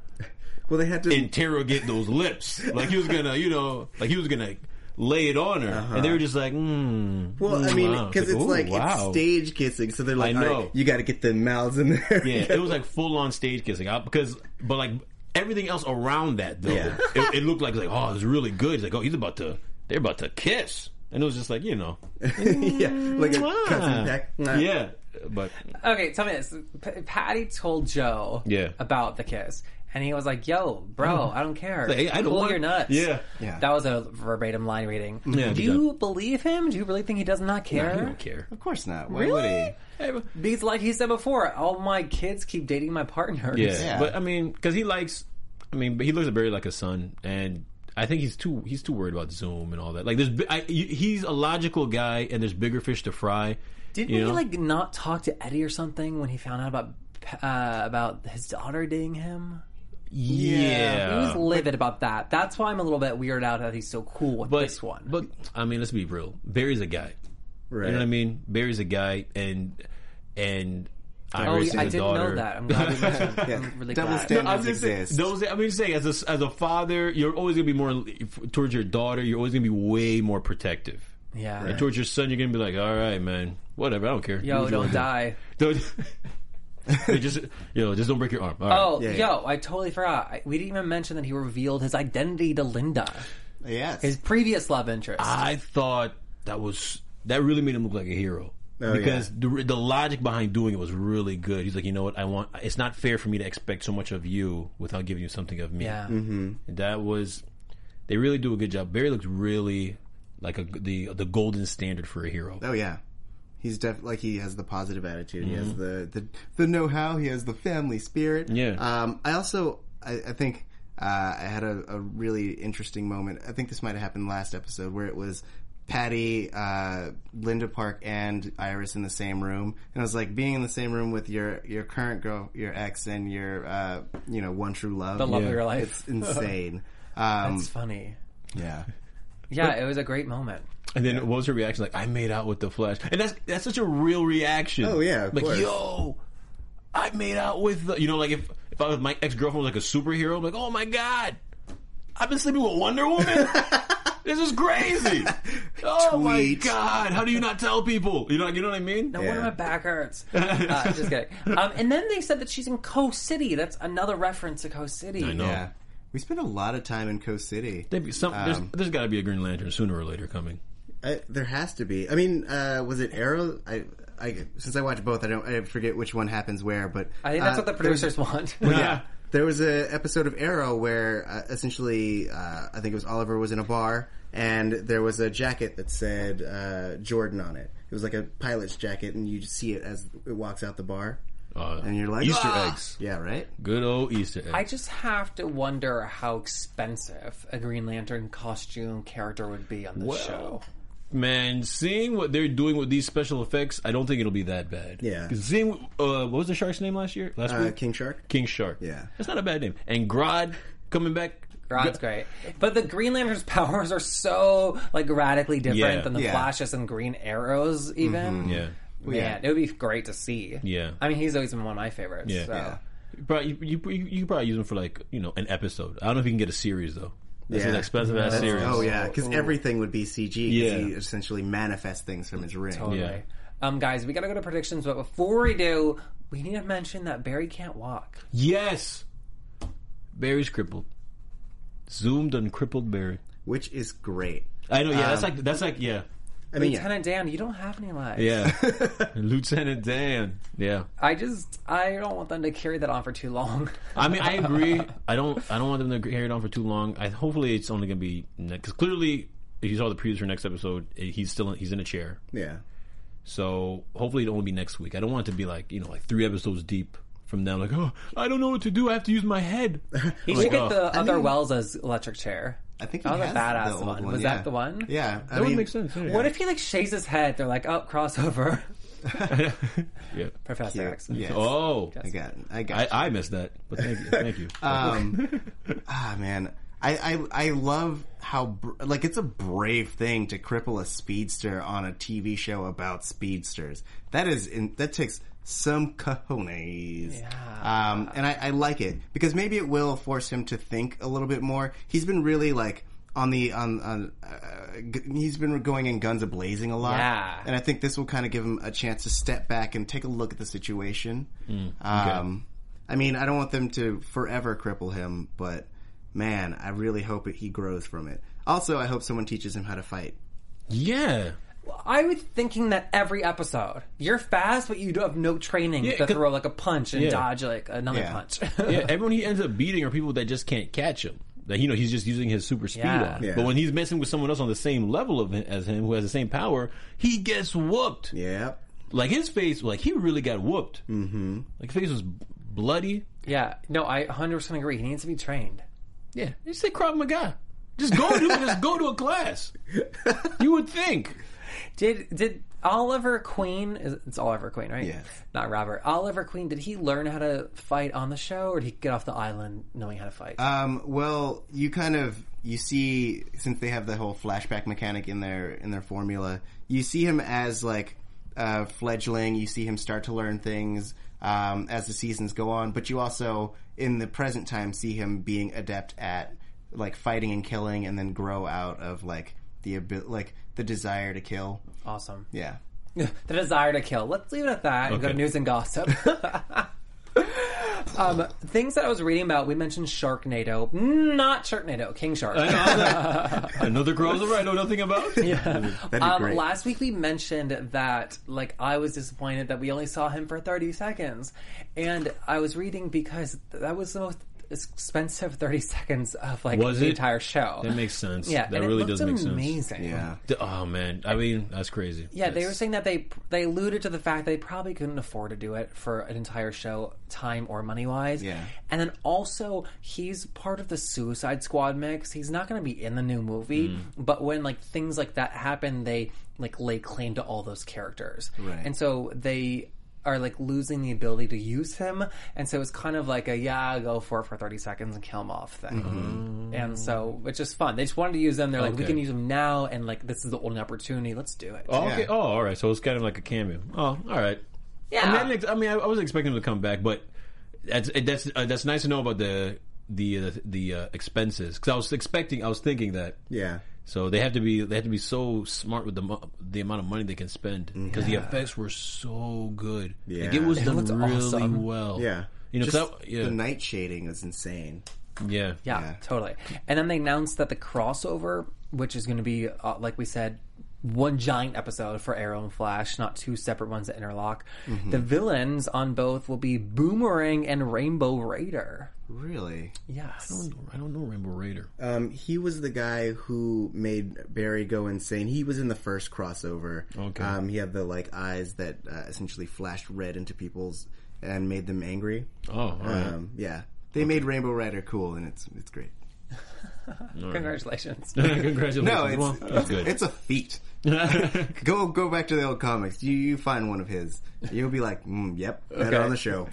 well, they had to.
interrogate those lips. Like he was gonna, you know, like he was gonna lay it on her, and they were just like, mm,
well, I
mm,
mean,
wow.
because it's
"Ooh,
like
wow."
it's stage kissing, so they're like,
I
all right,
know.
you got to get the mouths in there.
Yeah, it was like full on stage kissing. I, because, but like everything else around that though,
Yeah.
it, it looked like like oh, it's really good. It's like oh, he's about to, they're about to kiss, and it was just like you know,
yeah, like a
mwah.
cousin pack.
yeah, but
Okay, tell me this. P- Patty told Joe
Yeah.
about the kiss, and he was like, "Yo, bro, I don't care.
Hey, I don't
Pull
want-
your nuts."
Yeah.
Yeah.
That was a verbatim line reading.
Yeah,
Do
he
you believe him? Do you really think he does not care?
I don't care.
Of course not. Why would
Really?
he?
Because, like he said before, all my kids keep dating my partners.
Yeah,
Yeah.
but I mean, because he likes, I mean, but he looks at Barry like a son, and I think he's too he's too worried about Zoom and all that. Like, there's bi- I, he's a logical guy, and there's bigger fish to fry.
Didn't
you
he
know?
like not talk to Eddie or something when he found out about uh, about his daughter dating him?
Yeah,
He was livid about that. That's why I'm a little bit weirded out that he's so cool with
but
this one.
But I mean, let's be real. Barry's a guy.
Right.
You know what I mean? Barry's a guy, and and
oh,
Iris
yeah, I
is a
didn't
daughter.
know that. I'm glad we mentioned. it. I'm really
Double
glad.
standard.
I'm just saying,
exist.
those, I'm just saying, as a, as a father, you're always gonna be more towards your daughter. You're always gonna be way more protective.
Yeah.
And towards your son, you're gonna be like, "All right, man, whatever. I don't care. Do
Yo,
what you
don't
wanna do."
die.
Don't. Hey, just you know, just don't break your arm. All right.
Oh,
Yeah,
yo,
yeah.
I totally forgot. I, we didn't even mention that he revealed his identity to Linda,
Yes.
his previous love interest.
I thought that was that really made him look like a hero
Oh,
because the the logic behind doing it was really good. He's like, you know what? I want. It's not fair for me to expect so much of you without giving you something of me.
yeah.
Mm-hmm.
that was. They really do a good job. Barry looks really like a, the the golden standard for a hero.
Oh yeah. He's def like he has the positive attitude. He
Mm-hmm.
has the the, the know how. He has the family spirit.
Yeah.
Um. I also I, I think uh, I had a, a really interesting moment. I think this might have happened last episode where it was Patty, uh, Linda Park, and Iris in the same room, and I was like being in the same room with your your current girl, your ex, and your uh, you know one true love.
The love of
Yeah.
your life.
It's insane. Um,
it's funny.
yeah.
Yeah, it was a great moment.
And then what was her reaction? Like, I made out with the Flash, and that's that's such a real reaction.
Oh, yeah, of
like
course.
yo, I made out with the, you know, like if if I was my ex girlfriend was like a superhero, I'm like, oh my god, I've been sleeping with Wonder Woman. this is crazy. oh my
Tweet.
god, how do you not tell people? You know, you know what I mean?
No wonder
Yeah.
my back hurts. Uh, just kidding. Um, and then they said that she's in Coast City. That's another reference to Coast City.
I know.
Yeah. We spent a lot of time in Coast City.
Maybe some, there's
Um,
there's got to be a Green Lantern sooner or later coming.
I, there has to be. I mean, uh, was it Arrow? I, I since I watch both, I don't. I forget which one happens where, but
I think
uh,
that's what the
there was-
producers want.
Yeah.
There was a episode of Arrow where uh, essentially, uh, I think it was Oliver was in a bar, and there was a jacket that said uh, Jordan on it. It was like a pilot's jacket, and you just see it as it walks out the bar,
Uh,
and you're like,
Easter
"Ah!"
eggs.
Yeah, right.
Good old Easter eggs.
I just have to wonder how expensive a Green Lantern costume character would be on this show.
Man, seeing what they're doing with these special effects, I don't think it'll be that bad.
Yeah.
'Cause Seeing uh, what was the shark's name last year? Last
Mm-hmm.
Uh,
week,
King Shark.
King Shark.
Yeah.
that's not a bad name. And Grodd coming back.
Rod's great, but the Green Lantern's powers are so like radically different
Yeah. Mm-hmm.
than the
Yeah.
Flashes and Green Arrows. Even
Yeah,
man,
Yeah.
it would be great to see.
Yeah.
I mean, he's always been one of my favorites.
Yeah.
so.
Yeah. probably, you, you you could probably use them for like you know an episode. I don't know if you can get a series though. That's
Yeah.
an expensive ass series.
Oh yeah, because everything would be CG. 'cause
Yeah.
he essentially manifests things from his ring.
Totally. Um, guys, we gotta go to predictions, but before we do, we need to mention that Barry can't walk.
Yes, Barry's crippled. Zoomed on crippled Barry.
which is great.
I know. Yeah, that's
Um,
like that's like yeah,
I mean, yeah.
Lieutenant Dan, you don't have any lives.
yeah. Lieutenant Dan. Yeah.
I just, I don't want them to carry that on for too long.
Oh
I mean, I agree. I don't. I don't want them to carry it on for too long. I, hopefully, it's only going to be because clearly, if you saw the previews for next episode, eh, he's still in, he's in a chair.
yeah,
So hopefully, it'll only be next week. I don't want it to be like you know, like three episodes deep from now. Like, oh, I don't know what to do. I have to use my head.
He
Like,
should get
oh.
the
I
other
mean-
Wells's electric chair.
I think he
That was
has
a badass
the old
one.
one.
Was
yeah.
that the one?
Yeah, I
That would
mean,
make sense. Yeah.
What if he like shaves his head? They're like, oh, crossover.
Yeah.
Professor
Yeah,
X.
yes.
Oh,
I got, I got.
I, I missed that. But thank you. Thank you.
um, ah, man, I, I, I love how br- like it's a brave thing to cripple a speedster on a TV show about speedsters. That is, in, that takes some cojones. Um, and I, I like it because maybe it will force him to think a little bit more. He's been really like. On the on on, uh, g- he's been going in guns a blazing a lot,
Yeah.
and I think this will kind of give him a chance to step back and take a look at the situation. Um, I mean, I don't want them to forever cripple him, but man, I really hope it, he grows from it. Also, I hope someone teaches him how to fight.
yeah.
I was thinking that every episode you're fast, but you have no training
Yeah,
to
'cause-
throw like a punch and
Yeah.
dodge like another
Yeah.
punch.
yeah, everyone he ends up beating are people that just can't catch him. That you know he's just using his super speed
Yeah.
on.
Yeah.
But when he's messing with someone else on the same level of as him, who has the same power, he gets whooped.
Yeah.
Like his face, like he really got whooped. Mm-hmm. Like his face was bloody.
yeah, no, I 100 percent agree. He needs to be trained.
Yeah, you say Krav Maga. Just go to just go to a class. You would think.
Did did Oliver Queen? is- It's Oliver Queen, right?
Yes.
Not Robert. Oliver Queen. Did he learn how to fight on the show, or did he get off the island knowing how to fight?
Um, well, you kind of you see since they have the whole flashback mechanic in their in their formula, you see him as like a fledgling. You see him start to learn things um, as the seasons go on, but you also in the present time see him being adept at like fighting and killing, and then grow out of like the abi- like the desire to kill.
awesome.
Yeah.
the desire to kill. Let's leave it at that and go to
Okay.
news and gossip. um, things that I was reading about, we mentioned Sharknado. Not Sharknado, King Shark.
Another crossover I know nothing about. Yeah.
That'd be
Um,
great.
last week we mentioned that, like, I was disappointed that we only saw him for 30 seconds. And I was reading because that was the most expensive 30 seconds of, like,
Was
the
it?
entire show.
That makes sense.
Yeah,
That
and it
really
looked
does make sense.
amazing.
yeah.
Oh man, I mean that's crazy.
Yeah, they were
That's-
saying that they they alluded to the fact they probably couldn't afford to do it for an entire show, time or money wise.
Yeah.
and then also he's part of the Suicide Squad mix. He's not going to be in the new movie,
Mm.
but when like things like that happen, they like lay claim to all those characters,
Right.
and so they are like losing the ability to use him, and so it's kind of like a yeah, go for it for thirty seconds and kill him off thing,
Mm-hmm.
and so it's just fun. They just wanted to use them. They're like, we
Okay.
can use them now, and like this is the only opportunity. Let's do it.
Oh, okay.
Yeah.
Oh, all right. So it's kind of like a cameo. Oh, all right.
Yeah.
Ah.
I mean, I, didn't ex- I, mean, I- I was expecting him to come back, but that's it- that's uh, that's nice to know about the the uh, the uh, expenses because I was expecting, I was thinking that.
Yeah.
So they have to be they have to be so smart with the mo- the amount of money they can spend because the effects were so good. Yeah, like, it
Mm-hmm. Yeah.
was
It
done
looked
really
awesome.
well.
Yeah.
you know, 'cause
Just
I- yeah,
the night shading is insane.
yeah,
Yeah,
Yeah.
totally. And then they announced that the crossover, which is going to be, uh, like we said, one giant episode for Arrow and Flash, not two separate ones that interlock.
Mm-hmm.
The villains on both will be Boomerang and Rainbow Raider.
Really?
Yes.
I don't know Rainbow Raider.
Um, he was the guy who made Barry go insane. He was in the first crossover.
Okay.
Um, he had the like eyes that uh, essentially flashed red into people's and made them angry.
oh, all right.
Um, yeah. They made Rainbow Rider cool, and it's it's great.
Mm.
Congratulations.
Congratulations.
No,
Well,
it's
that's good.
it's a feat. Go go back to the old comics. You you find one of his. You'll be like, mm, yep, that
Okay.
on the show.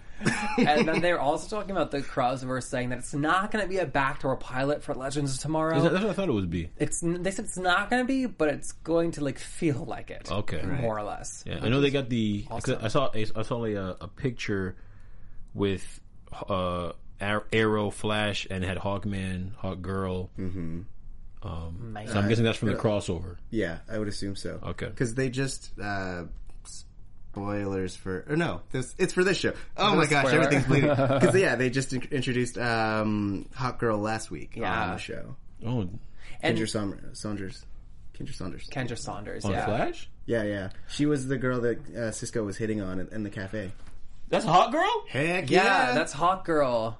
and then they're also talking about the crossover, saying that it's not going to be a backdoor pilot for Legends of Tomorrow.
Is that- that's what I thought it would be.
it's they said it's not going to be, but it's going to like feel like it.
Okay. Right.
more or less.
Yeah, I know they got the. 'cause I saw a, I saw a, uh, a picture with uh, Ar- Arrow, Flash, and it had Hawkman, Hawk Girl. Um,
Man.
So I'm guessing that's from the crossover.
Yeah, I would assume so.
Okay.
Because they just uh, spoilers for or no, this it's for this show. Oh my
a
gosh,
spoiler.
everything's bleeding. Because yeah, they just in- introduced um, Hot Girl last week on
Yeah.
the show.
Oh,
And-
Kendra Saun- Saunders. Kendra Saunders.
Kendra Saunders.
on
yeah.
Flash?
yeah, yeah. She was the girl that uh, Cisco was hitting on in, in the cafe.
That's Hawk Girl?
Heck
Yeah, that's Hawk Girl.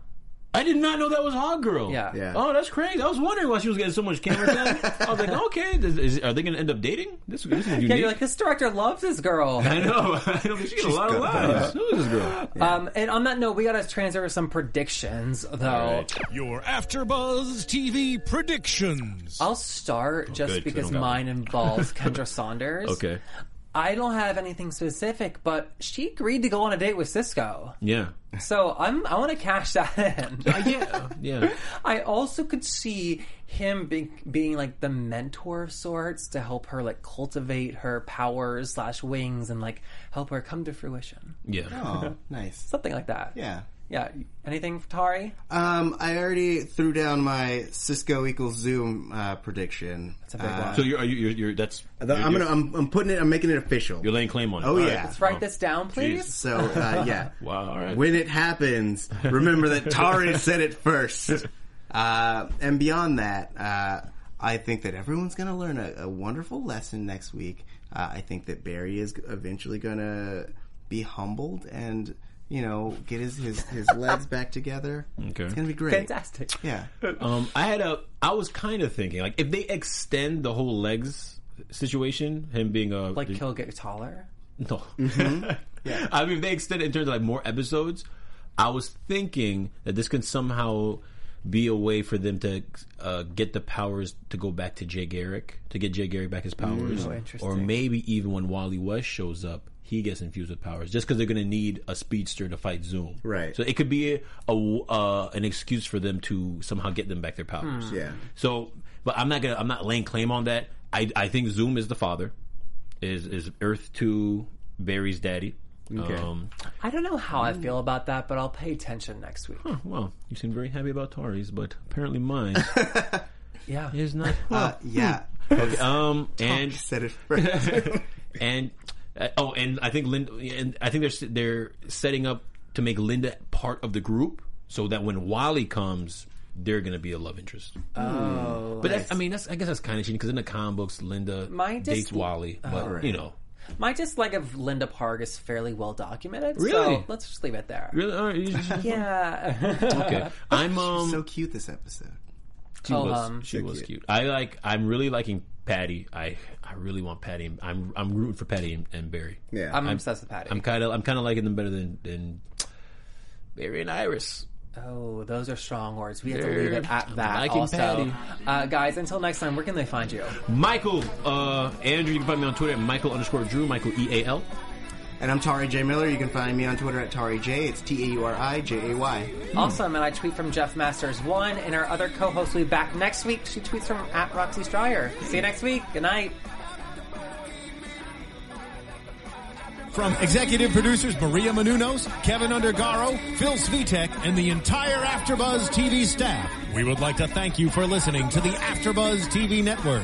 I did not know that was Hawk Girl.
Yeah.
Yeah.
Oh, that's crazy. I was wondering why she was getting so much camera time. I was like, okay, this, is, are they going to end up dating? This, this is unique.
Yeah, you're like, this director loves this girl.
I know. I know. She got a lot of
got
lives. Who is this girl?
Um, and on that note, we gotta transfer some predictions, though.
Your AfterBuzz TV predictions.
I'll start just
Oh, good, 'cause I
because
don't got
mine
one.
involves Kendra Saunders.
Okay.
I don't have anything specific, but she agreed to go on a date with Cisco,
Yeah.
so I'm I want to cash that in.
Oh, yeah. Yeah.
I also could see him be- being like the mentor of sorts to help her like cultivate her powers slash wings and like help her come to fruition,
Yeah.
Oh, nice.
something like that.
Yeah.
yeah. Anything, Tari?
Um, I already threw down my Cisco equals Zoom uh, prediction. That's
a big one.
So you're, are you, you're, you're that's.
I'm
you're-
gonna. I'm, I'm putting it. I'm making it official.
You're laying claim on it.
Oh,
All
yeah.
That's
Write
Oh.
this down, please.
Jeez.
So uh, yeah,
Wow, all right.
when it happens, remember that Tari said it first. Uh, and beyond that, uh, I think that everyone's going to learn a, a wonderful lesson next week. Uh, I think that Barry is eventually going to be humbled and you know get his his, his legs back together.
Okay.
It's going to be great.
Fantastic.
Yeah.
Um, I had a. I was kind of thinking like if they extend the whole legs situation, him being a
Like he'll get taller.
No.
Mm-hmm.
I mean, if they extend it in terms of like more episodes, I was thinking that this can somehow be a way for them to uh, get the powers to go back to Jay Garrick, to get Jay Garrick back his
Mm-hmm. Oh,
powers. or
interesting.
maybe even when Wally West shows up, he gets infused with powers just because they're going to need a speedster to fight Zoom.
Right.
So it could be a, w- uh, an excuse for them to somehow get them back their powers.
Hmm. Yeah.
So, but I'm not gonna. I'm not laying claim on that. I I think Zoom is the father. Is is Earth Two Barry's daddy?
Okay.
Um,
I don't know how I feel about that, but I'll pay attention next week.
well, you seem very happy about Tari's, but apparently mine
Yeah.
is not.
Uh, yeah.
okay, um,
I
and
said it first.
and uh, oh, and I think Linda. And I think they're s- they're setting up to make Linda part of the group, so that when Wally comes, they're gonna be a love interest.
Oh,
But that's, I mean, that's I guess that's kind of cheating because in the comic books, Linda
My dis-
dates Wally, but you know.
my dislike of Linda Park is fairly well documented.
Really?
So let's just leave it there.
Really? All right. you just-
Yeah.
Okay. I'm um.
so cute this episode.
she
Oh,
was,
um,
she
so
was
cute.
cute. I like. I'm really liking Patty. I I really want Patty. and- I'm I'm rooting for Patty and, and Barry.
Yeah.
I'm, obsessed with Patty.
I'm kind of I'm kind of liking them better than than Barry and Iris.
oh, those are strong words. We have to
They're-
leave it at that.
I like it,
also,
Patty.
uh, guys, until next time, where can they find you?
Michael uh Andrew. You can find me on Twitter at Michael underscore Drew. Michael E A L.
and I'm Tari J Miller. You can find me on Twitter at Tari J. It's T A U R I J A Y.
Awesome, and I tweet from Jeff Masters One, and our other co-host will be back next week. She tweets from at Roxy Stryer. See you next week. Good night.
From executive producers Maria Manunos, Kevin Undergaro, Phil Svitek, and the entire Afterbuzz TV staff, we would like to thank you for listening to the Afterbuzz TV network.